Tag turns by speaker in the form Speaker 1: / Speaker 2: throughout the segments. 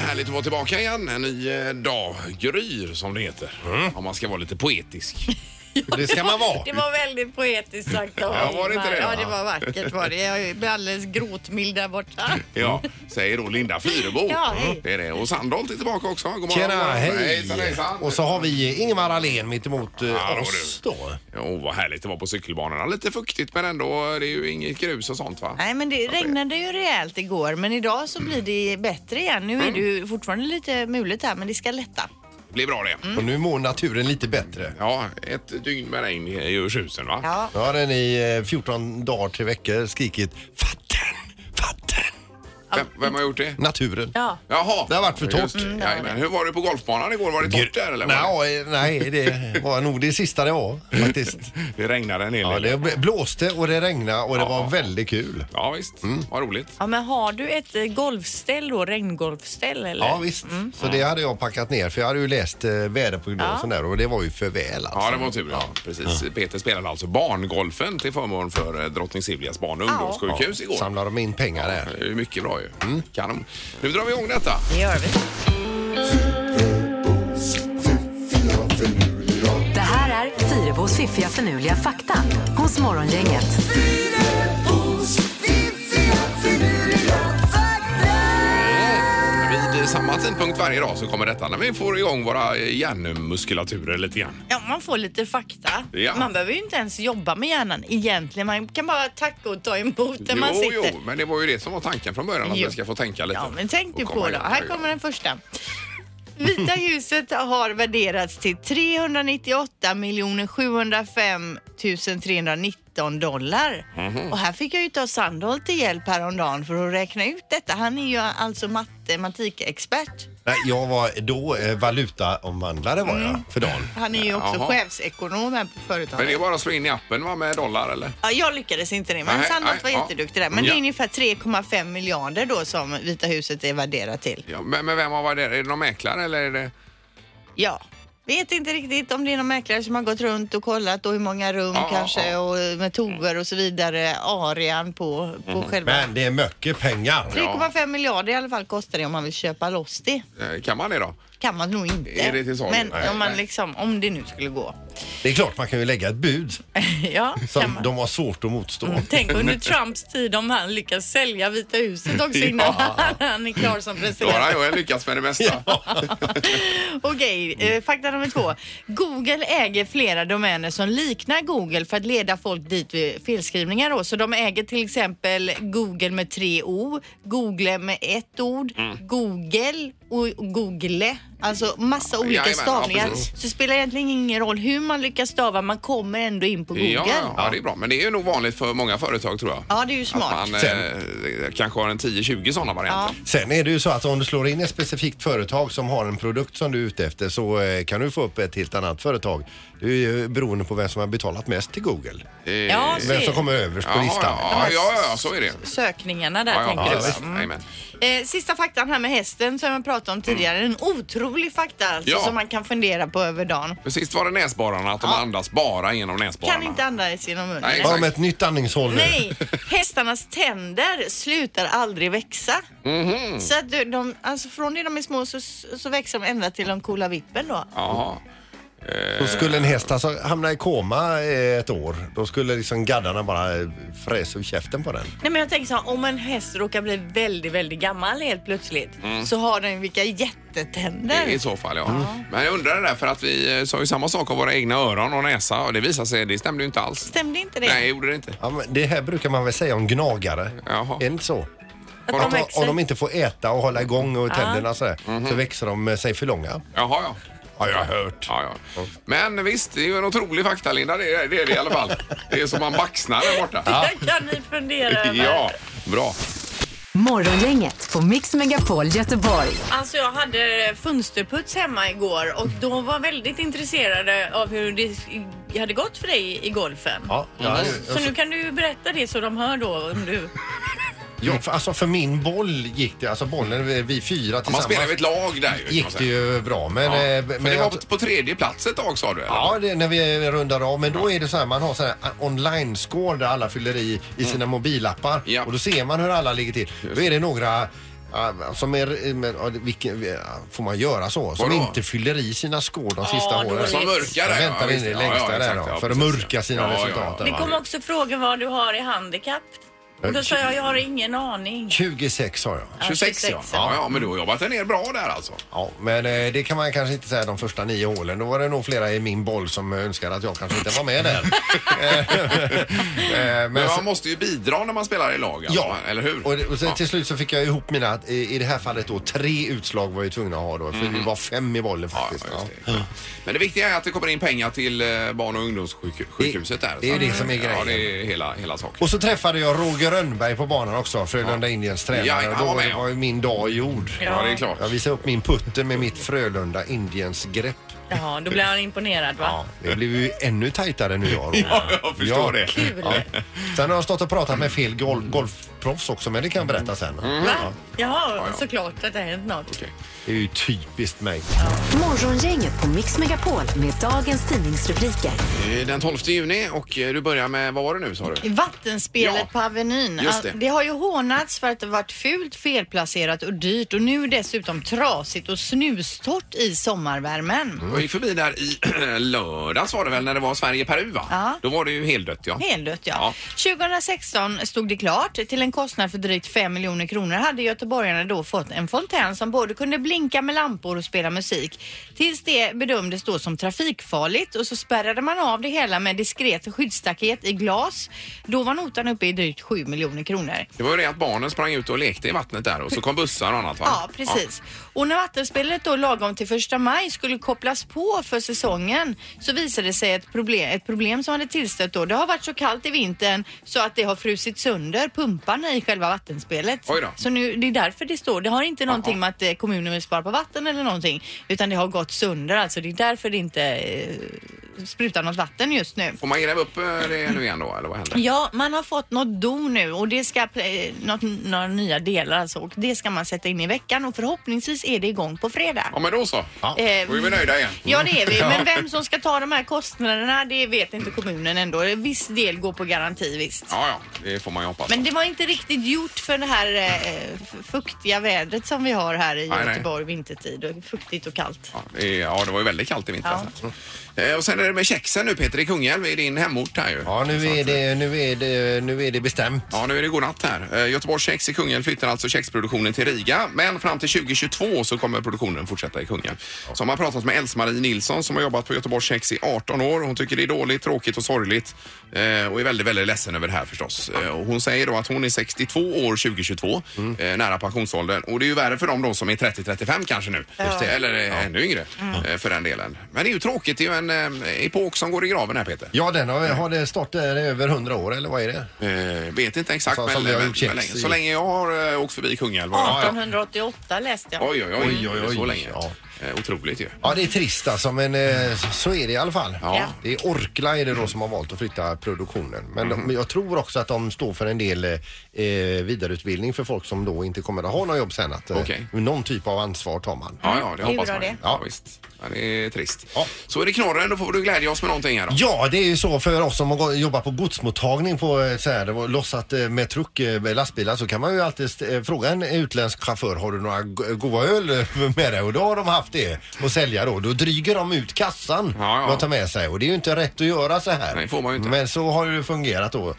Speaker 1: Härligt att vara tillbaka igen. En ny eh, dag. Gryr som det heter. Om man ska vara lite poetisk.
Speaker 2: Det ska man vara.
Speaker 3: Mm. Det var väldigt poetiskt sagt av
Speaker 1: Ja, var det inte det?
Speaker 3: Ja, det var vackert var det. Jag blir alldeles gråtmild där borta.
Speaker 1: Ja, säger då Linda Fyrebo. Mm.
Speaker 3: Ja, hej.
Speaker 1: Det är det. Och Sandholt är tillbaka också. God morgon.
Speaker 2: Tjena, hej!
Speaker 1: Hejsan, hejsan.
Speaker 2: Och så har vi Ingemar Ahlén mitt emot eh,
Speaker 1: Ja, då
Speaker 2: oss
Speaker 1: du.
Speaker 2: då.
Speaker 1: Jo, vad härligt det var på cykelbanorna. Lite fuktigt men ändå. Det är ju inget grus och sånt va?
Speaker 3: Nej, men det regnade ju rejält igår, men idag så blir det bättre igen. Nu är det ju fortfarande lite muligt här, men det ska lätta.
Speaker 1: Det blir bra det.
Speaker 3: Mm.
Speaker 2: Och nu mår naturen lite bättre.
Speaker 1: Ja, ett dygn med regn gör tjusen va?
Speaker 3: Ja.
Speaker 2: Nu har den i eh, 14 dagar, tre veckor skrikit Vatten! Vatten!
Speaker 1: Vem, vem har gjort det?
Speaker 2: Naturen.
Speaker 3: Ja.
Speaker 1: Jaha.
Speaker 2: Det har varit för torrt.
Speaker 1: Just det. Jajamän. Hur var det på golfbanan igår? Var det torrt där eller? var
Speaker 2: Nej, eh, nej, det var nog det sista det var faktiskt.
Speaker 1: det- Det regnade en hel
Speaker 2: Ja,
Speaker 1: del.
Speaker 2: det blåste och det regnade och det var väldigt kul.
Speaker 1: Ja, visst.
Speaker 2: Mm.
Speaker 1: Vad roligt.
Speaker 3: ja, men har du ett eh, golfställ då, regngolfställ eller?
Speaker 2: Ja visst, så det hade jag packat ner för jag hade ju läst eh, väderprognosen där och det var ju för väl alltså.
Speaker 1: Ja, det var tur. Ja. Precis. Peter spelade alltså barngolfen till förmån för eh, Drottning Silvias barn och ungdomssjukhus igår.
Speaker 2: Samlar de in pengar
Speaker 1: Ja,
Speaker 2: där?
Speaker 1: det är mycket bra ju. Kanon. Nu drar vi igång detta.
Speaker 3: Det gör vi.
Speaker 4: Det här är Fyrabos fiffiga förnuliga fakta hos Morgongänget.
Speaker 1: Vid samma tidpunkt varje dag så kommer detta när vi får igång våra eh, hjärnmuskulaturer lite grann.
Speaker 3: Ja, man får lite fakta.
Speaker 1: Ja.
Speaker 3: Man behöver ju inte ens jobba med hjärnan egentligen. Man kan bara tacka och ta emot där man
Speaker 1: jo,
Speaker 3: sitter.
Speaker 1: jo, men det var ju det som var tanken från början att
Speaker 3: Jo.
Speaker 1: vi ska få tänka lite.
Speaker 3: Ja, men tänk
Speaker 1: Och
Speaker 3: du
Speaker 1: komma
Speaker 3: på då.
Speaker 1: igång.
Speaker 3: Här kommer den första. Vita huset har värderats till 398 705 319 dollar.
Speaker 1: Mhm.
Speaker 3: Och här fick jag ju ta Sandholt till hjälp häromdagen för att räkna ut detta. Han är ju alltså matematikexpert.
Speaker 2: Nej, jag var då eh, valutaomvandlare var jag för dagen.
Speaker 3: Han är ju också
Speaker 1: Jaha.
Speaker 3: chefsekonom här på
Speaker 1: Men det är
Speaker 3: företaget.
Speaker 1: bara att slå in i appen va, med dollar eller?
Speaker 3: Ja, jag lyckades inte det, men
Speaker 1: Nej,
Speaker 3: Sandholt var
Speaker 1: nej, ja.
Speaker 3: jätteduktig där. Men det
Speaker 1: Ja.
Speaker 3: är ungefär 3,5 miljarder då som Vita huset är värderat till.
Speaker 1: Ja, men, men vem har varit där? Är det någon mäklare eller är det?
Speaker 3: Ja. Vet inte riktigt om det är någon mäklare som har gått runt och kollat och hur många rum
Speaker 1: Ja,
Speaker 3: kanske
Speaker 1: ja.
Speaker 3: och med toer och så vidare. Arean på, på
Speaker 1: Mm.
Speaker 3: själva...
Speaker 2: Men det är mycket pengar.
Speaker 3: 3,5 miljarder i alla fall kostar det om man vill köpa loss det.
Speaker 1: eh, Kan man det då?
Speaker 3: Kan man nog inte.
Speaker 1: Är det till salu?
Speaker 3: Men
Speaker 1: Nej,
Speaker 3: om man
Speaker 1: nej.
Speaker 3: liksom, om det nu skulle gå.
Speaker 2: Det är klart man kan ju lägga ett bud
Speaker 3: ja, kan
Speaker 2: som
Speaker 3: man. Mm,
Speaker 2: de har svårt att motstå.
Speaker 3: Tänk under Trumps tid om han lyckas sälja Vita huset också innan han är klar som
Speaker 1: Då
Speaker 3: president.
Speaker 1: har jag lyckats med det mesta.
Speaker 3: Okej, eh, fakta nummer två. Google äger flera domäner som liknar Google för att leda folk dit vid felskrivningar. Då. Så de äger till exempel Google med tre O, Google med ett ord,
Speaker 1: Mm.
Speaker 3: Google och Google. Alltså massa olika
Speaker 1: jajamän, ja,
Speaker 3: stavningar.
Speaker 1: precis.
Speaker 3: så det spelar egentligen ingen roll hur man lyckas stava, man kommer ändå in på Google.
Speaker 1: Ja, ja, ja, det är bra. Men det är ju nog vanligt för många företag tror jag.
Speaker 3: Ja, det är ju smart.
Speaker 1: Att man eh, kanske har en 10-20 sådana varianter.
Speaker 2: Sen är det ju så att om du slår in ett specifikt företag som har en produkt som du är ute efter så eh, kan du få upp ett helt annat företag. Det är ju beroende på vem som har betalat mest till Google.
Speaker 1: Eh,
Speaker 3: Ja, så
Speaker 2: Vem
Speaker 3: är
Speaker 2: som
Speaker 3: det.
Speaker 2: kommer överst på
Speaker 1: Jaha,
Speaker 2: listan.
Speaker 1: Eh, ja, ja, ja, ja, så är det.
Speaker 3: Sökningarna där
Speaker 1: Ja, ja,
Speaker 3: tänker
Speaker 1: ja,
Speaker 3: du.
Speaker 1: visst.
Speaker 3: Mm.
Speaker 1: Jajamän.
Speaker 3: Eh, sista faktan här med hästen som jag pratade om tidigare. En otrolig fakta alltså
Speaker 1: Mm. Ja.
Speaker 3: som man kan fundera på över dagen.
Speaker 1: För sist var det näsborrarna, att de andas bara genom näsborrarna.
Speaker 3: Kan inte andas genom munnen.
Speaker 1: Nej,
Speaker 3: Nej.
Speaker 2: Har de ett nytt andningshål nu?
Speaker 3: hästarnas tänder slutar aldrig växa.
Speaker 1: Mhm.
Speaker 3: Så att de- de, alltså från det de är små så, så växer de ända till de coola vippen då.
Speaker 1: Jaha.
Speaker 2: Då skulle en häst alltså hamna i koma eh, ett år. Då skulle liksom gaddarna bara eh, fräsa ur käften på den.
Speaker 3: Nej men jag tänker så här, om en häst råkar bli väldigt, väldigt gammal helt plötsligt
Speaker 1: Mm.
Speaker 3: så har den vilka jättetänder.
Speaker 1: I, I så fall, ja.
Speaker 3: Mm.
Speaker 1: Men jag undrar det där, för att vi eh, sa ju samma sak om våra egna öron och näsa och det visade sig, det stämde ju inte alls.
Speaker 3: Stämde inte det?
Speaker 1: Nej, det gjorde det inte.
Speaker 2: Ja, men det här brukar man väl säga om gnagare?
Speaker 1: Jaha.
Speaker 2: Är det inte så?
Speaker 3: de
Speaker 2: Att
Speaker 3: växer.
Speaker 2: om de inte får äta och hålla igång och tänderna sådär,
Speaker 1: Mhm.
Speaker 2: så växer de eh, sig för långa.
Speaker 1: Jaha, ja.
Speaker 2: Har jag hört.
Speaker 1: Ja, ja. Men visst, det är ju en otrolig fakta, Linda. Det är det, är det i alla fall. Det är som man baxnar där borta.
Speaker 3: Det kan ni fundera över.
Speaker 1: Ja, bra.
Speaker 4: Morgongänget på Mix Megapol Göteborg.
Speaker 3: Alltså jag hade fönsterputs hemma igår och de var väldigt intresserade av hur det hade gått för dig i golfen.
Speaker 2: Ja,
Speaker 1: Mm.
Speaker 2: ja,
Speaker 3: Så
Speaker 1: alltså-
Speaker 3: nu kan du ju berätta det så de hör då om du...
Speaker 2: ja, för, alltså för min boll gick det, alltså bollen, vi- vi fyra
Speaker 1: Man
Speaker 2: tillsammans,
Speaker 1: spelar ju ett lag där ju. kan man
Speaker 2: gick
Speaker 1: säga.
Speaker 2: det ju bra. Men,
Speaker 1: Ja.
Speaker 2: eh,
Speaker 1: För
Speaker 2: men
Speaker 1: det var
Speaker 2: jag-
Speaker 1: på- på tredje plats ett tag sa du? Eller?
Speaker 2: Ja, det, när vi rundar av. Men då är det så här, man har så här eh, online-score där alla fyller i, i sina mobilappar.
Speaker 1: Ja.
Speaker 2: Och då ser man hur alla ligger till. Då är det några Ja, Som är, eh, men, ja, vilken, ja, får man göra så? Som
Speaker 1: Vadå?
Speaker 2: inte fyller i sina skår de sista
Speaker 5: Ja,
Speaker 2: åren.
Speaker 5: dåligt.
Speaker 1: Som mörkar
Speaker 2: Jag
Speaker 1: där,
Speaker 2: väntar in
Speaker 1: visst.
Speaker 2: i det längsta där
Speaker 1: exakt,
Speaker 2: då, för att
Speaker 1: precis,
Speaker 2: mörka sina resultat.
Speaker 5: Det
Speaker 2: Ja.
Speaker 5: kom också frågan vad du har i handikapp. Och då sa jag, jag har ingen aning.
Speaker 2: 26 har jag.
Speaker 1: 26 ja.
Speaker 5: 26,
Speaker 1: ja. Ja, men du har jobbat dig ner bra där alltså.
Speaker 2: Ja, men eh, det kan man kanske inte säga de första nio hålen. Då var det nog flera i min boll som önskade att jag kanske inte var med där. Eh, eh,
Speaker 1: Men
Speaker 2: men
Speaker 1: man måste ju bidra när man spelar i lag, alltså,
Speaker 2: Ja,
Speaker 1: eller hur?
Speaker 2: Och, det- och sen
Speaker 1: Ja.
Speaker 2: till slut så fick jag ihop mina, i, i det här fallet då, tre utslag var jag ju tvungen att ha då. För vi var fem i bollen
Speaker 1: Mm. Ja,
Speaker 2: faktiskt.
Speaker 1: just det. Men det viktiga är att det kommer in pengar till eh, barn och ungdomssjukhuset där.
Speaker 2: det är
Speaker 1: Så
Speaker 2: ju
Speaker 1: att-
Speaker 2: det som är
Speaker 1: Ja,
Speaker 2: grejen.
Speaker 1: det är hela, hela saken.
Speaker 2: Och så träffade jag Roger Rönnberg på banan också, Frölunda Indiens tränare.
Speaker 1: Ja,
Speaker 2: och
Speaker 1: han
Speaker 2: då
Speaker 1: var med, ja.
Speaker 2: var ju min dag gjord.
Speaker 1: Ja, det är klart.
Speaker 2: Jag visade upp min putter med mitt Frölunda Indiens grepp.
Speaker 5: Jaha, då blev han imponerad va?
Speaker 2: Ja, det blev ju ännu tajtare nu jag Roger.
Speaker 1: Ja, jag förstår det.
Speaker 2: Ja. Sen har jag stått och pratat med fel gol- golfproffs också, men det kan jag berätta sen.
Speaker 1: Mm.
Speaker 5: Va? Jaha,
Speaker 1: ja.
Speaker 5: såklart att det har hänt något.
Speaker 1: Okej.
Speaker 2: Det är ju typiskt mig.
Speaker 4: Morgongänget på Mix Megapol med dagens tidningsrubriker.
Speaker 1: Det är Den 12 juni och eh, du börjar med, vad var det nu sa du?
Speaker 3: Vattenspelet
Speaker 1: Ja,
Speaker 3: på Avenyn.
Speaker 1: just det.
Speaker 3: Ah, har ju hånats för att det varit fult, felplacerat och dyrt och nu dessutom trasigt och snustort i sommarvärmen.
Speaker 1: Jag gick förbi där i lördags var det väl när det var Sverige-Peru va?
Speaker 3: Ja.
Speaker 1: Då var det ju heldött ja.
Speaker 3: Heldött ja. 2016 stod det klart. Till en kostnad för drygt 5 miljoner kronor hade göteborgarna då fått en fontän som både kunde blinka med lampor och spela musik. Tills det bedömdes då som trafikfarligt och så spärrade man av det hela med diskret skyddsstaket i glas. Då var notan uppe i drygt 7 miljoner kronor.
Speaker 1: Det var ju det att barnen sprang ut och lekte i vattnet där och så kom bussar och annat va?
Speaker 3: Ja, precis. Och när vattenspelet då lagom till första maj skulle kopplas på för säsongen så visade det sig ett problem, ett problem som hade tillstött då. Det har varit så kallt i vintern så att det har frusit sönder pumparna i själva vattenspelet.
Speaker 1: Oj då.
Speaker 3: Så nu, det är därför det står. Det har inte någonting med att eh, kommunen vill spara på vatten eller någonting utan det har gått sönder alltså. Det är därför det inte eh, sprutar något vatten just nu.
Speaker 1: Får man gräva upp eh, det nu igen då eller vad händer?
Speaker 3: Ja, man har fått något do nu och det ska, eh, något, några nya delar alltså och det ska man sätta in i veckan och förhoppningsvis är det igång på fredag.
Speaker 1: Ja men då så.
Speaker 2: Ja.
Speaker 3: Eh,
Speaker 1: Då är vi nöjda igen.
Speaker 3: Ja det är vi, men vem som ska ta de här kostnaderna det vet inte kommunen ändå. En viss del går på garanti visst.
Speaker 1: Ja, ja, det får man ju hoppas.
Speaker 3: Men det var inte riktigt gjort för det här eh, f- fuktiga vädret som vi har här i
Speaker 1: Nej, nej.
Speaker 3: Göteborg vintertid. Och fuktigt och kallt.
Speaker 1: Ja, det, ja, det var ju väldigt kallt i vintras.
Speaker 3: Ja.
Speaker 1: här. Eh, Och sen är det med kexen nu Peter i Kungälv, i din hemort här ju.
Speaker 2: Ja, nu
Speaker 1: Så
Speaker 2: är
Speaker 1: att, eh,
Speaker 2: det, nu är det, nu är det bestämt.
Speaker 1: Ja, nu är det godnatt här. Eh, Göteborgs Kex i Kungälv flyttar alltså kexproduktionen till Riga, men fram till 2022 så kommer produktionen fortsätta i Kungälv. Så har man pratat med Else-Marie Nilsson som har jobbat på Göteborgs Kex i 18 år. Hon tycker det är dåligt, tråkigt och sorgligt eh, och är väldigt, väldigt ledsen över det här förstås. Eh, Och hon säger då att hon är 62 år 2022, eh, nära pensionsåldern. Och det är ju värre för dem då som är 30-35 kanske nu. Eller eh, ännu yngre eh, för den delen. Men det är ju tråkigt, det är ju en eh, epok som går i graven här Peter.
Speaker 2: Ja, den har, har det stått där i över 100 år eller vad är det?
Speaker 1: Eh, vet inte exakt,
Speaker 2: Som-
Speaker 1: men,
Speaker 2: som vi har
Speaker 1: men,
Speaker 2: gjort
Speaker 1: men
Speaker 2: kex
Speaker 1: länge,
Speaker 2: i.
Speaker 1: så länge jag har eh, åkt förbi Kungälv. har jag-
Speaker 5: 1888 läste jag.
Speaker 1: Oj, oj, oj.
Speaker 2: Oj, oj, oj.
Speaker 1: Så länge.
Speaker 2: Ja.
Speaker 1: Eh, otroligt ju.
Speaker 2: Ja, det är trist alltså, men eh, så är det i alla fall.
Speaker 1: Ja.
Speaker 2: Det är Orkla är det då som har valt att flytta produktionen. Men de,
Speaker 1: Mm.
Speaker 2: jag tror också att de står för en del eh, vidareutbildning för folk som då inte kommer att ha något jobb sen. Att, eh,
Speaker 1: Okej.
Speaker 2: Någon typ av ansvar tar man.
Speaker 1: Ja, ja, det
Speaker 5: är
Speaker 1: hoppas
Speaker 5: bra
Speaker 1: man.
Speaker 5: det.
Speaker 1: Ja, visst. Ja, det är trist.
Speaker 2: Ja.
Speaker 1: Så är det knorren, då får du glädja oss med någonting här då.
Speaker 2: Ja, det är ju så för oss som har gå- jobbat på godsmottagning på eh, så här, det var lossat eh, med truck, eh, med lastbilar så kan man ju alltid st- eh, fråga en utländsk chaufför har du några go- goda öl eh, med dig? Och då har de haft det att sälja då. Då dryger de ut kassan
Speaker 1: Ja, ja.
Speaker 2: man tar med sig och det är ju inte rätt att göra så här.
Speaker 1: Nej, får man ju inte.
Speaker 2: Men så har det fungerat då.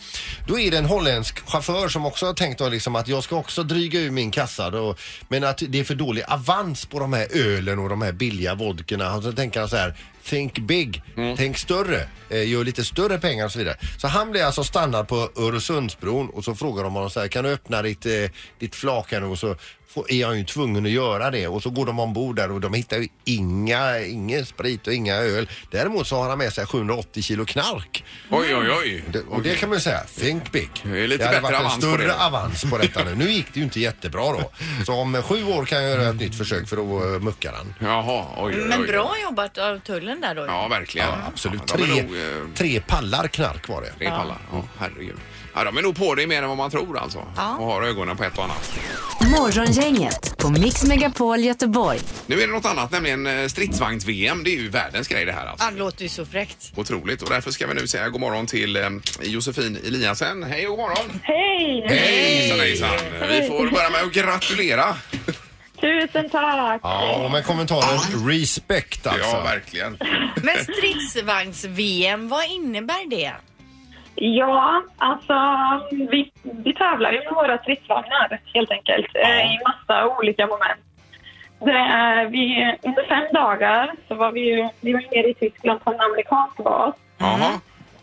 Speaker 2: Då är det en holländsk chaufför som också har tänkt då liksom att jag ska också dryga ur min kassa då, men att det är för dålig avans på de här ölen och de här billiga vodkorna. Och så tänker han så här Think big, tänk större, eh, gör lite större pengar och så vidare. Så han blir alltså stannad på Öresundsbron och så frågar de honom så här, kan du öppna ditt, eh, ditt flak här nu? Och så får, är jag ju tvungen att göra det och så går de ombord där och de hittar ju inga, ingen sprit och inga öl. Däremot så har han med sig 780 kilo knark.
Speaker 1: Oj, oj, oj.
Speaker 2: Det, och
Speaker 1: Okej.
Speaker 2: det kan man ju säga, think big.
Speaker 1: Det är lite
Speaker 2: hade
Speaker 1: bättre
Speaker 2: varit en
Speaker 1: avans på
Speaker 2: större
Speaker 1: det.
Speaker 2: avans på detta nu. Nu gick det ju inte jättebra då. Så om eh, sju år kan jag göra ett nytt försök för då eh, muckar han.
Speaker 1: Jaha, oj, oj, oj.
Speaker 5: Men bra jobbat av tullen där då.
Speaker 1: Ja, verkligen.
Speaker 2: Ja, absolut.
Speaker 1: Ja, de är
Speaker 2: Tre,
Speaker 1: nog, eh,
Speaker 2: tre pallar knark var det.
Speaker 1: tre pallar. Ja, herregud. Ja, de är nog på det mer än vad man tror alltså. Och har ögonen på ett och annat.
Speaker 4: Morgongänget på Mix Megapol Göteborg.
Speaker 1: Nu är det något annat, nämligen eh, stridsvagns-VM. Det är ju världens grej det här alltså.
Speaker 3: Han låter ju så fräckt.
Speaker 1: Otroligt och därför ska vi nu säga god morgon till eh, Josefin Eliasen. Hej och god morgon!
Speaker 6: Hej!
Speaker 1: Hejsan hejsan! Vi får börja med att gratulera.
Speaker 6: Tusen tack!
Speaker 2: Ja, men kommentaren respect alltså.
Speaker 1: Ja, verkligen.
Speaker 3: Men stridsvagns-VM, vad innebär det?
Speaker 6: Ja, alltså vi, vi tävlar ju med våra stridsvagnar helt enkelt eh, i massa olika moment. Det är, vi, under fem dagar så var vi, ju- vi var nere i Tyskland på en amerikansk bas
Speaker 1: Jaha.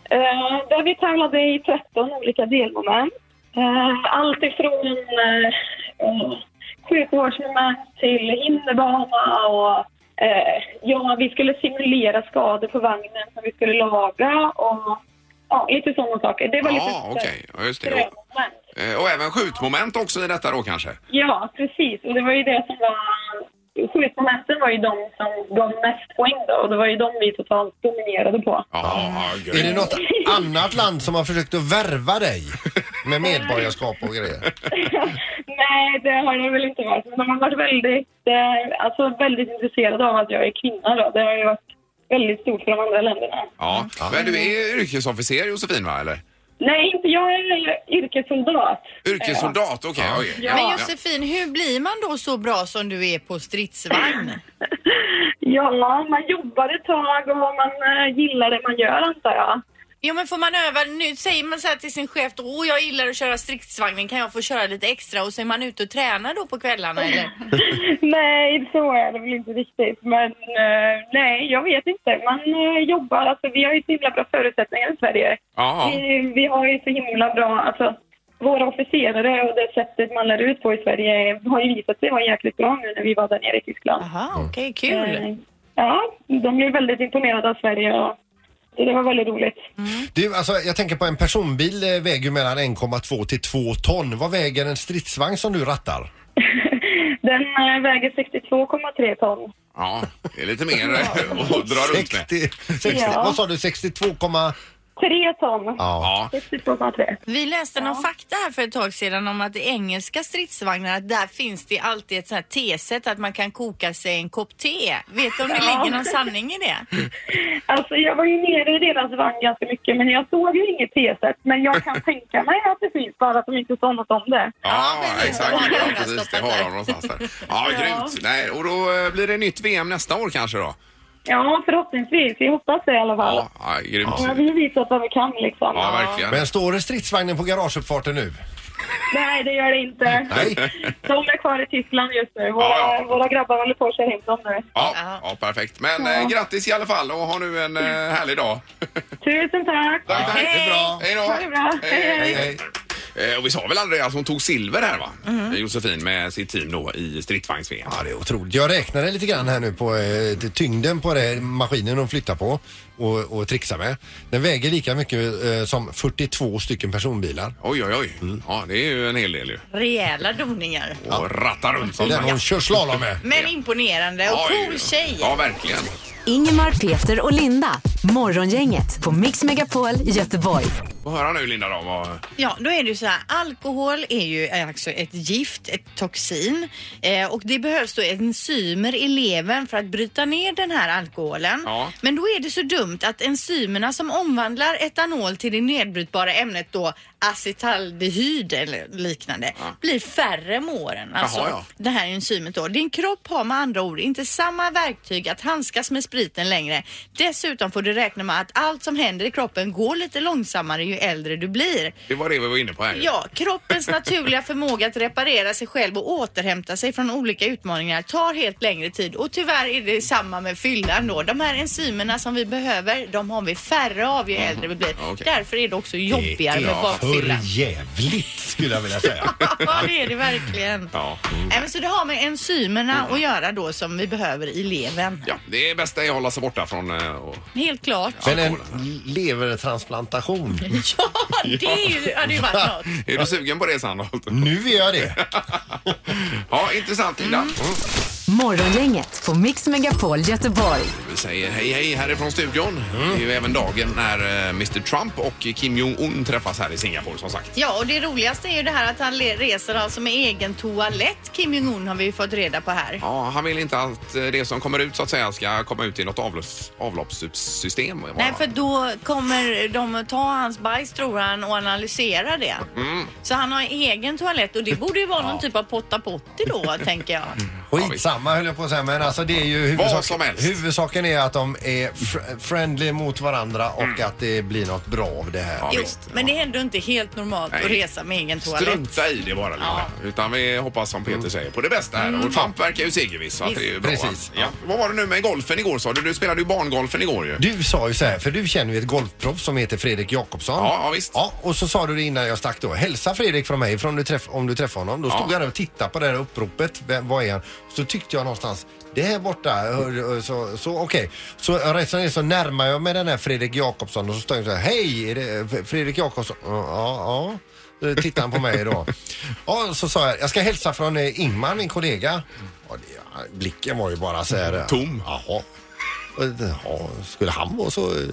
Speaker 6: Eh, där vi tävlade i 13 olika delmoment. Eh, allt ifrån eh, eh, sjukvårdsmoment till hinderbana och eh, ja, vi skulle simulera skador på vagnen som vi skulle laga och ja, lite sådana saker. Det var lite
Speaker 1: Ja, Ah, okej. Ja, Just det. Och,
Speaker 6: drömmoment.
Speaker 1: eh, och även skjutmoment också i detta då kanske?
Speaker 6: Ja, precis. Och det var ju det som var... Skjutmomenten var ju de som gav mest poäng då och det var ju de vi totalt dominerade på.
Speaker 1: Ja,
Speaker 2: Är det
Speaker 1: grymt.
Speaker 2: något annat land som har försökt att värva dig med medborgarskap och grejer?
Speaker 6: Nej, det har det väl inte varit. Men de har varit väldigt, eh, alltså väldigt intresserade av att jag är kvinna. Då. Det har ju varit väldigt stort för de andra länderna.
Speaker 1: Ja. Men du är yrkesofficer Josefin va, eller?
Speaker 6: Nej, inte jag är yrkessoldat.
Speaker 1: Yrkessoldat, okej. oj.
Speaker 6: Ja.
Speaker 3: Men Josefin, hur blir man då så bra som du är på stridsvagn?
Speaker 6: Ja, man jobbar ett tag och man eh, gillar det man gör, antar jag.
Speaker 3: Jo men får man öva, nu säger man så här till sin chef, åh jag gillar att köra stridsvagnen, kan jag få köra lite extra? Och så är man ute och tränar då på kvällarna
Speaker 1: Mm.
Speaker 3: eller?
Speaker 6: nej, så är det väl inte riktigt. Men eh, nej, jag vet inte. Man eh, jobbar. Alltså, vi har ju så himla bra förutsättningar i Sverige.
Speaker 1: Ja.
Speaker 6: Vi, vi har ju så himla bra, alltså våra officerare och det sättet man lär ut på i Sverige har ju visat sig vara jäkligt bra nu när vi var där nere i Tyskland.
Speaker 3: Jaha,
Speaker 1: Mm.
Speaker 3: okej, kul.
Speaker 6: Eh, Ja, de blev väldigt imponerade av Sverige och det var väldigt roligt.
Speaker 2: Du, alltså, jag tänker på en personbil eh, väger ju mellan 1,2 till 2 ton. Vad väger en stridsvagn som du rattar?
Speaker 6: Den eh, väger 62,3 ton.
Speaker 1: Ja, det är lite mer att dra runt med.
Speaker 2: 60, 60,
Speaker 6: Ja.
Speaker 2: Vad sa du? 62, komma-
Speaker 6: 3 ton!
Speaker 2: ja.
Speaker 1: Ja,
Speaker 6: 62,3.
Speaker 3: Vi läste någon fakta här för ett tag sedan om att i engelska stridsvagnar, att där finns det alltid ett sånt här teset att man kan koka sig en kopp te. Vet du om det ligger någon sanning i det?
Speaker 6: Alltså jag var ju nere i deras vagn ganska mycket men jag såg ju inget teset. Men jag kan tänka mig att det finns bara att de inte sa något om det.
Speaker 1: ja
Speaker 3: precis.
Speaker 1: exakt.
Speaker 3: Då har
Speaker 1: Ja,
Speaker 3: de
Speaker 1: precis. Det
Speaker 3: stoppat
Speaker 1: har
Speaker 3: där.
Speaker 1: de någonstans där. Ja, grymt. Nej, och då eh, blir det nytt VM nästa år kanske då?
Speaker 6: Ja, förhoppningsvis. Vi hoppas det i alla fall.
Speaker 1: Ja, ja grymt.
Speaker 6: Ja, vi har visat vad vi kan liksom.
Speaker 1: Ja, verkligen.
Speaker 2: Men står det stridsvagnen på garageuppfarten nu?
Speaker 6: Nej, det gör det inte.
Speaker 2: Nej.
Speaker 6: De är kvar i Tyskland just nu. Våra,
Speaker 1: Ja, ja.
Speaker 6: våra grabbar håller på att köra hem dem nu.
Speaker 1: Ja, ja, perfekt. Men eh, grattis i alla fall och ha nu en eh, härlig dag.
Speaker 6: Tusen tack!
Speaker 1: Tack, tack.
Speaker 2: Det är bra.
Speaker 1: Hej då!
Speaker 6: Ha det bra. Hej, hej.
Speaker 2: Hej, hej.
Speaker 1: Eh, Och vi sa väl Andreas, hon tog silver här va? Eh, Josefin med sitt team då i stridsvagns-VM.
Speaker 2: Ja, det är otroligt. Jag räknade lite grann här nu på eh, tyngden på det, maskinen de flyttar på och, och trixar med. Den väger lika mycket eh, som 42 stycken personbilar.
Speaker 1: Oj, oj, oj.
Speaker 2: Mm.
Speaker 1: Ja, det är ju en hel del ju.
Speaker 3: Rejäla doningar.
Speaker 1: Och ratta runt
Speaker 2: Det
Speaker 1: som
Speaker 2: är den hon kör slalom med.
Speaker 3: Men imponerande och
Speaker 1: Oj.
Speaker 3: cool tjej.
Speaker 1: Ja, verkligen.
Speaker 4: Ingemar, Peter och Linda. Morgongänget på Mix Megapol Göteborg.
Speaker 1: Få höra nu Linda då. Vad...
Speaker 3: Ja, då är det ju så här. Alkohol är ju alltså ett gift, ett toxin eh, och det behövs då enzymer i levern för att bryta ner den här alkoholen.
Speaker 1: Ja.
Speaker 3: Men då är det så dumt att enzymerna som omvandlar etanol till det nedbrytbara ämnet då acetaldehyd eller liknande blir färre med åren. Alltså
Speaker 1: Jaha, ja.
Speaker 3: det här enzymet då. Din kropp har med andra ord inte samma verktyg att handskas med spriten längre. Dessutom får du räkna med att allt som händer i kroppen går lite långsammare ju äldre du blir.
Speaker 1: Det var det vi var inne på här ju.
Speaker 3: Ja, kroppens naturliga förmåga att reparera sig själv och återhämta sig från olika utmaningar tar helt längre tid och tyvärr är det samma med fyllan då. De här enzymerna som vi behöver, de har vi färre av ju äldre vi blir.
Speaker 1: Ja, okej.
Speaker 3: Därför är det också jobbigare
Speaker 1: Det är
Speaker 3: med
Speaker 1: klart.
Speaker 2: För
Speaker 3: bakfyllan.
Speaker 2: jävligt skulle jag vilja säga.
Speaker 3: Ja, det är det verkligen.
Speaker 1: Ja.
Speaker 3: Även så det har med enzymerna att göra då som vi behöver i levern.
Speaker 1: ja, det är bäst att hålla sig borta från... eh, Och...
Speaker 3: Helt klart.
Speaker 2: Men en levertransplantation.
Speaker 3: Ja, det är ju- hade ju varit något.
Speaker 1: Är
Speaker 2: Mm.
Speaker 1: du sugen på det Sandholt?
Speaker 2: Nu är jag det.
Speaker 1: Ja, intressant Linda. Mm.
Speaker 4: Morgongänget på Mix Megapol Göteborg.
Speaker 1: Vi säger hej hej härifrån studion.
Speaker 2: Mm.
Speaker 1: Det är ju även dagen när eh, Mr Trump och Kim Jong-Un träffas här i Singapore som sagt.
Speaker 3: Ja, och det roligaste är ju det här att han le- reser alltså med egen toalett. Kim Jong-Un har vi ju fått reda på här.
Speaker 1: Ja, han vill inte att eh, det som kommer ut så att säga ska komma ut i något avlopps, avloppssystem. bara.
Speaker 5: Nej, för då kommer de att ta hans bajs tror han och analysera det.
Speaker 1: Mm.
Speaker 5: Så han har en egen toalett och det borde ju vara någon typ av potta potti då, tänker jag.
Speaker 1: Mm,
Speaker 2: Skitsamma höll jag på att säga men alltså det är ju huvudsaken,
Speaker 1: som helst.
Speaker 2: huvudsaken är att de är fr- friendly mot varandra och att det blir något bra av det här.
Speaker 1: Mm. Ja,
Speaker 5: Jo,
Speaker 1: visst.
Speaker 5: men det är ändå inte helt normalt
Speaker 1: Nej.
Speaker 5: att resa med egen toalett.
Speaker 1: Strunta i det bara Linda. Utan vi hoppas som
Speaker 2: Mm.
Speaker 1: Peter säger på det bästa här.
Speaker 5: Mm.
Speaker 1: Och Trump verkar ju segerviss. Så att det är ju bra.
Speaker 2: Precis.
Speaker 1: Ja. Vad var det nu med golfen igår sa du? Du spelade ju barngolfen igår ju.
Speaker 2: Du sa ju så här, för du känner ju ett golfproffs som heter Fredrik Jakobsson.
Speaker 1: Ja, ja, visst.
Speaker 2: Ja, och så sa du det innan jag stack då. Hälsa Fredrik från mig för om du, träff, om du träffar honom. Då stod jag där och tittade på det här uppropet. Vem, vad är han? Så tyckte jag någonstans, det här borta. hör- Så, så okej. Så rätt som det är så närmar jag mig den här Fredrik Jakobsson och så står jag så här, hej, är det Fredrik Jakobsson? Ja, ja. ja. Då tittade han på mig då. Ja, så sa jag, jag ska hälsa från eh, Ingmar, min kollega. Ja, det, blicken var ju bara så här.
Speaker 1: Tom.
Speaker 2: Jaha. Och, Ja, skulle han vara så... eh,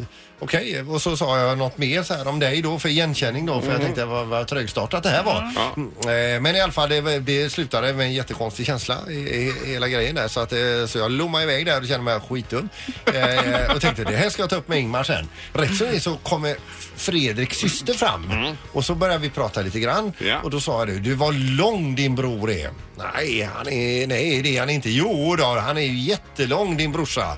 Speaker 2: Okej, och så sa jag något mer så här om dig då för igenkänning då för jag tänkte vad, vad trögstartat det här var. Mm, eh, Men i alla fall det, det slutade med en jättekonstig känsla i, i hela grejen där så, att, eh, så jag lommade iväg där och kände mig skitdum. Eh, Och tänkte det här ska jag ta upp med Ingmar sen. Rätt som det är så kommer Fredriks syster fram och så började vi prata lite grann
Speaker 1: Ja.
Speaker 2: och då sa jag det, du var lång din bror är. Nej, han är, nej det är han inte. Jo då, han är ju jättelång din brorsa.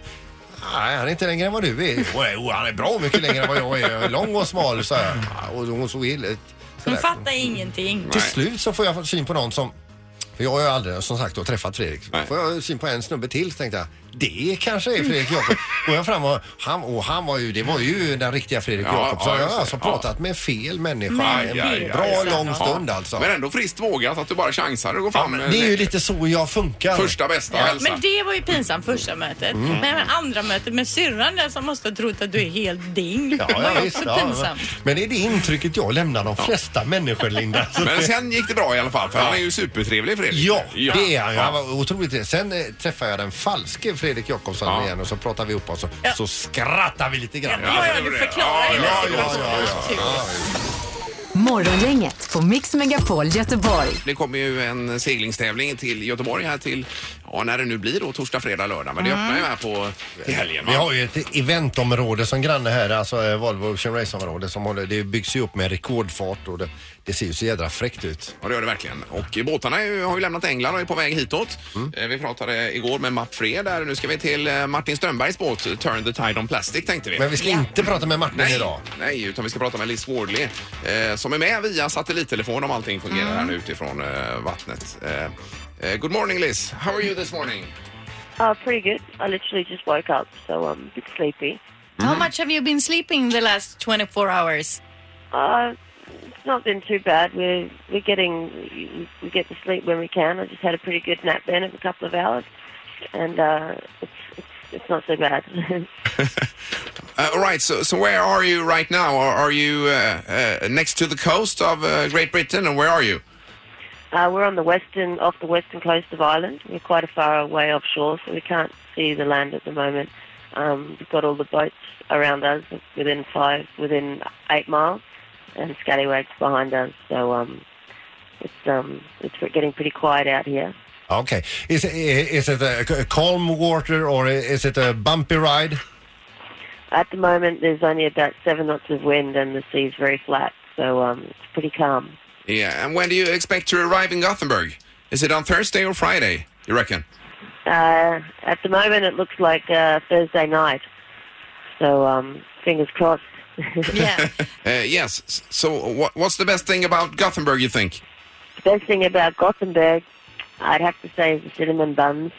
Speaker 2: Nej, han är inte längre än vad du är. Jo, jo, han är bra mycket längre än vad jag är. Jag är Lång och smal, så här. Ja, Och hon såg illa ut. Så
Speaker 5: Hon
Speaker 2: där.
Speaker 5: fattar ingenting.
Speaker 2: Till slut så får jag syn på någon som... För jag har ju aldrig som sagt då, träffat Fredrik. Så
Speaker 1: Nej.
Speaker 2: får jag syn på en snubbe till så tänkte jag det kanske är Fredrik Jakob. Går jag fram och han, och han var ju, det var ju den riktiga Fredrik
Speaker 1: Ja,
Speaker 2: Jakobsson.
Speaker 1: ja,
Speaker 2: jag
Speaker 1: just
Speaker 2: har
Speaker 1: det.
Speaker 2: alltså
Speaker 1: Ja.
Speaker 2: pratat med fel människa
Speaker 1: Men
Speaker 2: en
Speaker 1: det är
Speaker 2: bra
Speaker 1: ju
Speaker 2: lång
Speaker 1: Ja.
Speaker 2: stund alltså.
Speaker 1: Men ändå friskt vågat att du bara chansar och går fram.
Speaker 2: Det är ju lite så jag funkar.
Speaker 1: Första bästa
Speaker 5: Ja,
Speaker 1: hälsa.
Speaker 5: men det var ju pinsamt första mötet.
Speaker 1: Mm.
Speaker 5: Men även andra mötet med syrran där som måste ha trott att du är helt ding.
Speaker 2: Ja,
Speaker 5: det var ju
Speaker 2: visst,
Speaker 5: också
Speaker 2: ja, men,
Speaker 5: pinsamt.
Speaker 2: men det är det intrycket jag lämnar de flesta människor, Linda. Så-
Speaker 1: Men sen gick det bra i alla fall för han är ju supertrevlig Fredrik.
Speaker 2: Ja, det är han. ju. Han var otroligt trevlig. Sen eh, träffade jag den falske Fredrik Jakobsson
Speaker 1: Ja.
Speaker 2: igen och så pratade vi ihop oss och så, så skrattade vi lite grann.
Speaker 5: Ja, ja, du förklarar
Speaker 1: Ja,
Speaker 5: hela
Speaker 1: ja,
Speaker 5: situationen.
Speaker 2: ja, ja,
Speaker 4: Morgongänget på Mix Megapol Göteborg.
Speaker 1: Det kommer ju en seglingstävling till Göteborg här till, ja när det nu blir då, torsdag, fredag, lördag. Men det
Speaker 5: Mm.
Speaker 1: öppnar ju här på till helgen.
Speaker 2: Vi
Speaker 1: Va?
Speaker 2: har ju ett eventområde som granne här, alltså eh, Volvo Ocean Race-område som håller, det byggs ju upp med rekordfart och det, det ser ju så jädra fräckt ut.
Speaker 1: Ja, det gör det verkligen. Och båtarna är ju, har ju lämnat England och är på väg hitåt.
Speaker 2: Mm.
Speaker 1: Eh, Vi pratade igår med Mapp Fred där. Nu ska vi till eh, Martin Strömbergs båt Turn the Tide on Plastic tänkte vi.
Speaker 2: Men vi ska inte prata med Martin
Speaker 1: Nej,
Speaker 2: idag.
Speaker 1: nej, utan vi ska prata med Liz Wardley eh, som är med via satellittelefon om allting fungerar här nu utifrån eh, vattnet. Eh, eh, good morning Liz, how are you this morning?
Speaker 7: Uh, pretty good. I literally just woke up, so I'm a bit sleepy.
Speaker 3: How much have you been sleeping the last 24 hours?
Speaker 7: Uh, it's not been too bad. We're we're getting we get to sleep when we can. I just had a pretty good nap then of a couple of hours, and uh, it's, it's it's not so bad.
Speaker 1: Uh, all right, so, so where are you right now? Are, are you uh, uh, next to the coast of uh, Great Britain, and where are you?
Speaker 7: uh, we're on the western off the western coast of Ireland. We're quite a far way offshore, so we can't see the land at the moment. Um, we've got all the boats around us within five within eight miles, and Scallywag's behind us. So um, it's um, it's getting pretty quiet out here.
Speaker 2: Ja, Okej. Is, it- is it a calm water or is it a bumpy ride?
Speaker 7: At the moment, there's only about seven knots of wind, and the sea's very flat, so um, it's pretty calm.
Speaker 1: Yeah, and when do you expect to arrive in Gothenburg? Is it on Thursday or Friday? You reckon?
Speaker 7: Uh, at the moment, it looks like uh, Thursday night, so um, fingers crossed.
Speaker 3: Yeah.
Speaker 1: Uh, yes. S- So, what, what's the best thing about Gothenburg? You think?
Speaker 7: the best thing about Gothenburg, I'd have to say, is the cinnamon buns.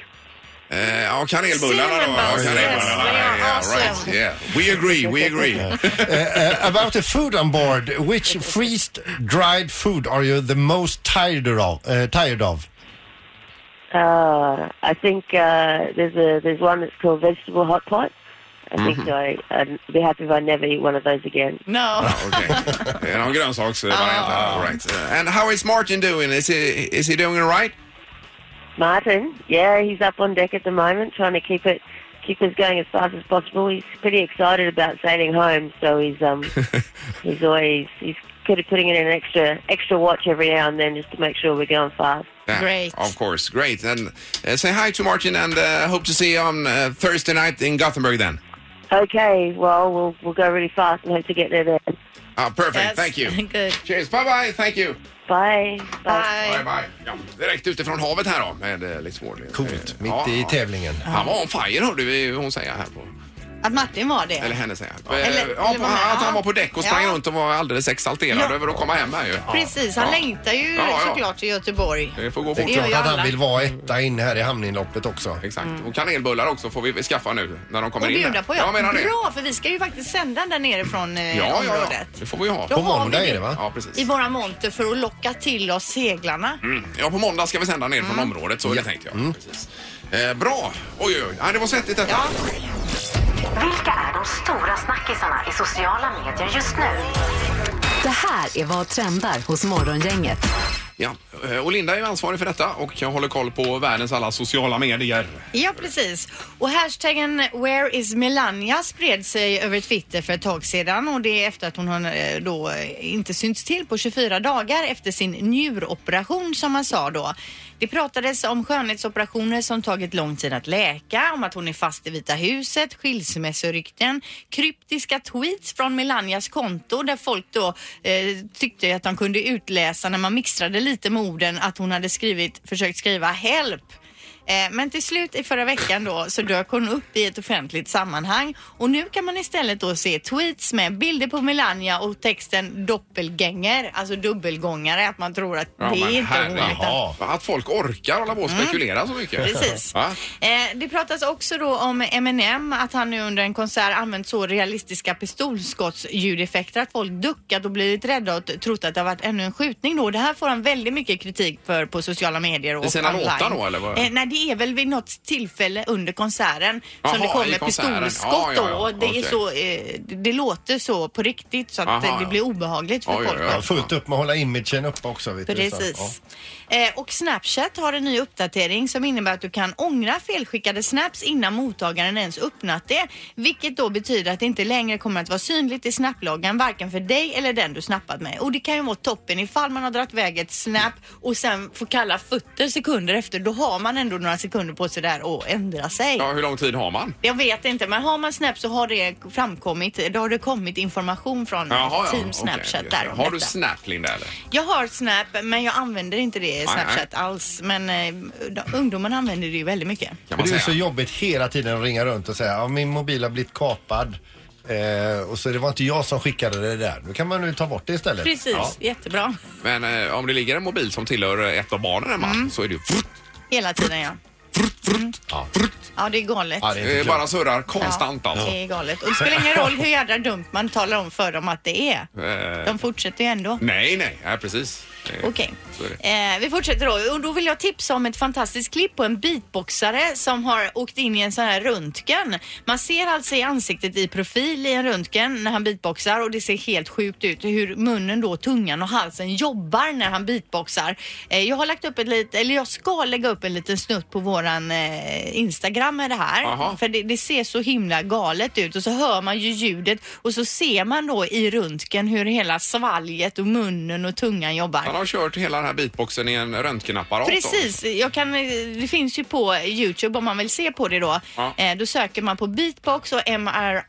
Speaker 1: Uh, ja, kanelbullarna då. Ja,
Speaker 5: Cinnamon buns, yes, they are
Speaker 1: yeah,
Speaker 5: awesome.
Speaker 1: right. Yeah, we agree. We agree.
Speaker 2: Uh, about the food on board, which freezed dried food are you the most tired of? Uh, tired of?
Speaker 7: Uh, I think uh, there's a there's one that's called vegetable hot pot. I think I, I'd be happy if I never eat one of those again.
Speaker 3: No.
Speaker 1: Okay. Det är någon
Speaker 3: Ah.
Speaker 1: grönsaksvariant. här. All right. Uh, and how is Martin doing? Is he is he doing all right?
Speaker 7: Martin, yeah, he's up on deck at the moment, trying to keep it keep us going as fast as possible. He's pretty excited about sailing home, so he's um he's always he's kind of putting in an extra extra watch every now and then just to make sure we're going fast.
Speaker 1: Yeah,
Speaker 3: Great.
Speaker 1: Of course, great. And uh, say hi to Martin and uh, hope to see you on uh, Thursday night in Gothenburg then.
Speaker 7: Okay, well we'll we'll go really fast and hope to get there then.
Speaker 1: Ah, perfect,
Speaker 3: Yes.
Speaker 1: thank you.
Speaker 3: Good.
Speaker 1: Cheers, bye bye, thank you.
Speaker 7: Bye.
Speaker 1: Bye bye. Ja, direkt utifrån havet här då med eh, Liz Wardley.
Speaker 2: Coolt,
Speaker 1: Eh,
Speaker 2: mitt
Speaker 1: ja,
Speaker 2: i
Speaker 1: ja.
Speaker 2: tävlingen.
Speaker 1: Han var on fire hörde vi hon säga här på.
Speaker 3: Att Martin var det.
Speaker 1: Eller henne säga. Eh, Ja,
Speaker 3: Eller-
Speaker 1: ja,
Speaker 3: eller
Speaker 1: på,
Speaker 3: var med,
Speaker 1: att han
Speaker 3: ja.
Speaker 1: var på däck och sprang
Speaker 3: Ja.
Speaker 1: runt och var alldeles exalterad
Speaker 3: Ja.
Speaker 1: över att komma hem här ju.
Speaker 3: Precis, han
Speaker 1: Ja.
Speaker 3: längtar ju
Speaker 1: Ja, ja.
Speaker 3: såklart till Göteborg.
Speaker 1: Det får gå
Speaker 2: Det
Speaker 1: fort.
Speaker 2: är
Speaker 3: gör ju
Speaker 2: klart att
Speaker 3: alla.
Speaker 2: han vill vara etta in här i hamninloppet också.
Speaker 1: Exakt. Och kanelbullar också får vi skaffa nu när de kommer
Speaker 3: Mm. Och
Speaker 1: in. här.
Speaker 3: bjuda på
Speaker 1: Jag
Speaker 3: ja.
Speaker 1: menar det.
Speaker 3: Bra, för vi ska ju faktiskt sända där nere från eh,
Speaker 1: Ja, ja, ja.
Speaker 3: området.
Speaker 1: Det får vi ha.
Speaker 3: Då
Speaker 2: På
Speaker 3: har vi
Speaker 2: måndag
Speaker 3: det.
Speaker 2: är det va?
Speaker 1: Ja, precis.
Speaker 3: I våra monter för att locka till oss seglarna.
Speaker 1: Mm. Ja, på måndag ska vi sända ner
Speaker 3: Mm.
Speaker 1: från området, så det tänkte jag.
Speaker 2: Mm.
Speaker 1: Precis. Eh, bra! Oj, oj, oj. Ja, det var svettigt detta.
Speaker 3: Ja.
Speaker 4: Vilka är de stora snackisarna i sociala medier just nu? Det här är vad trendar hos Morgongänget.
Speaker 1: Ja. eh, Och Linda är ju ansvarig för detta och jag håller koll på världens alla sociala medier.
Speaker 3: Ja, precis. Och hashtaggen Where is Melania spred sig över Twitter för ett tag sedan och det är efter att hon har, eh, då eh, inte synts till på 24 dagar efter sin njuroperation som man sa då. Det pratades om skönhetsoperationer som tagit lång tid att läka, om att hon är fast i Vita huset, skilsmässorykten, kryptiska tweets från Melanias konto där folk då eh, tyckte att de kunde utläsa när man mixtrade lite med orden att hon hade skrivit, försökt skriva help. Eh, Men till slut i förra veckan då så dök hon upp i ett offentligt sammanhang och nu kan man istället då se tweets med bilder på Melania och texten doppelgänger, alltså dubbelgångare, att man tror att
Speaker 1: Ja,
Speaker 3: det
Speaker 1: men
Speaker 3: är inte hon
Speaker 1: herregud.
Speaker 3: utan
Speaker 2: Jaha.
Speaker 1: Att folk orkar hålla på och spekulera så mycket.
Speaker 3: Precis.
Speaker 1: Va?
Speaker 3: Eh, det pratas också då om Eminem, att han nu under en konsert använt så realistiska pistolskottsljudeffekter att folk duckat och blivit rädda och t- trott att det har varit ännu en skjutning då. Det här får han väldigt mycket kritik för på sociala medier och
Speaker 1: I sina
Speaker 3: online.
Speaker 1: låtar då, eller vad?
Speaker 3: Eh, nej, det är väl vid något tillfälle under konserten
Speaker 1: Jaha,
Speaker 3: som det
Speaker 1: i
Speaker 3: kommer
Speaker 1: konserten.
Speaker 3: pistolskott
Speaker 1: Ja, ja, ja.
Speaker 3: då. Och det,
Speaker 1: Okej.
Speaker 3: är så, eh, det, det låter så på riktigt så att
Speaker 1: Aha,
Speaker 3: eh, det
Speaker 1: ja.
Speaker 3: blir obehagligt för
Speaker 1: Oj, oj,
Speaker 3: folk.
Speaker 1: oj.
Speaker 3: då.
Speaker 2: Ja, fullt upp med att hålla imagen uppe också. Vet du, så, ja.
Speaker 3: Precis. Eh, och Snapchat har en ny uppdatering som innebär att du kan ångra felskickade snaps innan mottagaren ens öppnat det. Vilket då betyder att det inte längre kommer att vara synligt i snapploggan varken för dig eller den du snappat med. Och det kan ju vara toppen ifall man har dragit iväg ett snap och sen får kalla fötter sekunder efter. Då har man ändå några sekunder på sig där att ändra sig.
Speaker 1: Ja, hur lång tid har man?
Speaker 3: Jag vet inte, men har man Snap så har det framkommit. Då har det kommit information från Team
Speaker 1: okej,
Speaker 3: Snapchat
Speaker 1: just
Speaker 3: där
Speaker 1: det.
Speaker 3: om
Speaker 1: Har du
Speaker 3: detta.
Speaker 1: Snap, Linda? Eller?
Speaker 3: Jag har Snap men jag använder inte det i
Speaker 1: Nej,
Speaker 3: Snapchat alls. Men eh, de, ungdomarna använder det ju väldigt mycket.
Speaker 1: Kan
Speaker 2: Men
Speaker 1: man
Speaker 2: det är
Speaker 1: säga.
Speaker 2: så jobbigt hela tiden att ringa runt och säga ja, min mobil har blivit kapad. Eh, och så det var inte jag som skickade det där. Nu kan man nu ta bort det istället.
Speaker 5: Precis, jättebra.
Speaker 1: Men eh, om det ligger en mobil som tillhör eh, ett av barnen hemma
Speaker 3: Mm.
Speaker 1: så är det ju...
Speaker 3: Hela tiden ja.
Speaker 2: Ja.
Speaker 3: Ja det är galet.
Speaker 2: Ja, det är
Speaker 1: Det
Speaker 2: inte
Speaker 1: är
Speaker 2: klokt.
Speaker 1: Eh, bara surrar konstant
Speaker 3: ja,
Speaker 1: alltså.
Speaker 3: Det är galet. Och det spelar ingen roll hur jädra dumt man talar om för dem att det är.
Speaker 1: Eh,
Speaker 3: De fortsätter ju ändå.
Speaker 1: nej, nej, ja, precis. Eh,
Speaker 3: Okej.
Speaker 1: så är det.
Speaker 3: Eh, vi fortsätter då. Och då vill jag tipsa om ett fantastiskt klipp på en beatboxare som har åkt in i en sån här röntgen. Man ser alltså i ansiktet i profil i en röntgen när han beatboxar och det ser helt sjukt ut hur munnen då, tungan och halsen jobbar när han beatboxar. Eh, jag har lagt upp ett litet, eller jag ska lägga upp en liten snutt på våran eh, Instagram med det här.
Speaker 1: Aha.
Speaker 3: För det, det ser så himla galet ut och så hör man ju ljudet och så ser man då i röntgen hur hela svalget och munnen och tungan jobbar.
Speaker 1: Han har kört hela den här beatboxen i en röntgenapparat. då.
Speaker 3: Precis, jag kan, eh, det finns ju på Youtube om man vill se på det då.
Speaker 1: Ja.
Speaker 3: Eh, då söker man på beatbox och MR,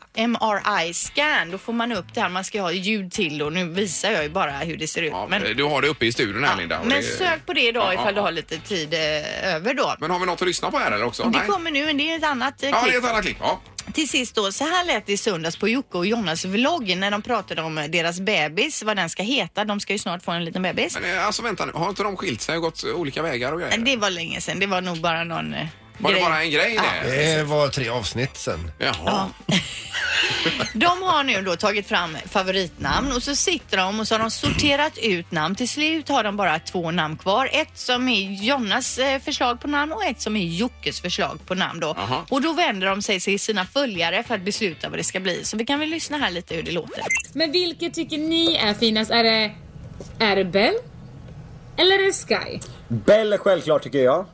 Speaker 3: MRI-scan. Då får man upp det här man ska ha ljud till och nu visar jag ju bara hur det ser ut.
Speaker 1: Ja, eh,
Speaker 3: men,
Speaker 1: Du har det uppe i studion här,
Speaker 3: ja,
Speaker 1: Linda. och
Speaker 3: men
Speaker 1: det-
Speaker 3: sök på det idag
Speaker 1: Ja, ja,
Speaker 3: ifall du
Speaker 1: ja.
Speaker 3: har lite tid eh, över då.
Speaker 1: Men har vi något att lyssna på här eller också?
Speaker 3: det kommer nu, men det är ett annat eh,
Speaker 1: Ja, det
Speaker 3: klipp.
Speaker 1: är ett annat klipp. Ja.
Speaker 3: Till sist då, så här lät det i söndags på Jocke och Jonas vlogg när de pratade om eh, deras bebis, vad den ska heta. De ska ju snart få en liten bebis.
Speaker 1: Men eh, alltså vänta nu, har inte de skilt sig och gått eh, olika vägar och grejer?
Speaker 3: Men det var länge sedan, det var nog bara någon eh,
Speaker 1: Var det
Speaker 3: grej.
Speaker 1: bara en grej det?
Speaker 2: Det var tre avsnitt sen.
Speaker 1: Jaha.
Speaker 3: De har nu då tagit fram favoritnamn och så sitter de och så har de sorterat ut namn. Till slut har de bara två namn kvar. Ett som är Jonas eh, förslag på namn och ett som är Jockes förslag på namn då.
Speaker 1: Aha.
Speaker 3: Och då vänder de sig till sina följare för att besluta vad det ska bli. Så vi kan väl lyssna här lite hur det låter.
Speaker 8: Men vilket tycker ni är finast? Är det, är det Bell? Eller är det Sky?
Speaker 9: Bell är självklart tycker jag.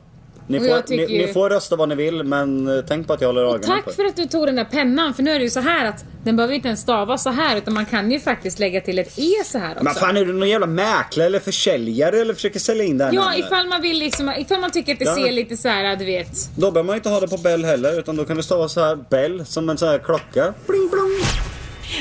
Speaker 9: Ni
Speaker 4: Och jag
Speaker 9: får, ni,
Speaker 4: tycker ju-
Speaker 9: ni får rösta vad ni vill men eh, tänk på att jag håller ögonen på
Speaker 4: Tack
Speaker 9: er.
Speaker 4: för att du tog den där pennan, för nu är det ju så här att den behöver inte ens stavas så här utan man kan ju faktiskt lägga till ett E så här också.
Speaker 9: Men fan är du någon jävla mäklare eller försäljare eller försöker sälja in det här
Speaker 4: Ja,
Speaker 9: namnet?
Speaker 4: ifall man vill liksom, ifall man tycker att det
Speaker 9: Ja.
Speaker 4: ser lite så här, du vet.
Speaker 9: Då behöver man inte ha det på Bell heller utan då kan du stava så här Bell som en sån här klocka.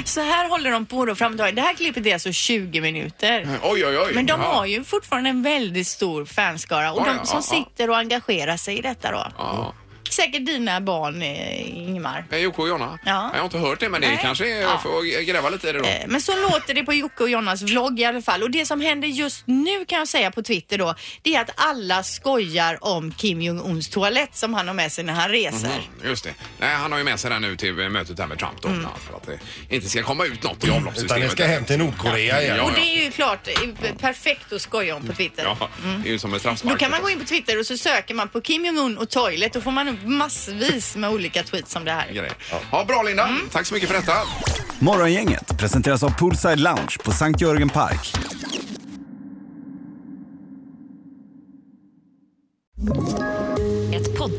Speaker 3: Så här håller de på då fram och tillbaka. Det här klippet är alltså 20 minuter.
Speaker 1: Oj, oj, oj.
Speaker 3: Men de
Speaker 1: Ja.
Speaker 3: har ju fortfarande en väldigt stor fanskara och
Speaker 1: Ja, ja,
Speaker 3: de som
Speaker 1: ja, ja.
Speaker 3: sitter och engagerar sig i detta då.
Speaker 1: Ja.
Speaker 3: Säkert dina barn, eh, Ingemar.
Speaker 1: Eh, Jocke och Jonna?
Speaker 3: Ja.
Speaker 1: Jag har inte hört det, men det
Speaker 3: Nej.
Speaker 1: kanske är...
Speaker 3: Ja.
Speaker 1: Jag får gräva lite i det då.
Speaker 3: Eh, Men så låter det på Jocke och Jonas vlogg i alla fall. Och det som händer just nu kan jag säga på Twitter då, det är att alla skojar om Kim Jong-Uns toalett som han har med sig när han reser.
Speaker 1: Mm, Just det. Nej, han har ju med sig den nu till eh, mötet här med Trump då. ja, För att det inte ska komma ut något i avloppssystemet.
Speaker 2: Mm. Utan det ska hem till Nordkorea igen.
Speaker 1: Ja,
Speaker 3: Och det är ju klart eh, perfekt att skoja om på Twitter.
Speaker 1: Ja, det är ju som en straffspark.
Speaker 3: Då kan man gå
Speaker 1: förstås.
Speaker 3: in på Twitter och så söker man på Kim Jong-Un och toilet. Då får man upp massvis med olika tweets om det här.
Speaker 1: Grejer. Ja, bra Linda.
Speaker 3: Mm.
Speaker 1: Tack så mycket för detta.
Speaker 10: Morgongänget presenteras av Poolside Lounge på Sankt Jörgen Park.
Speaker 11: Ett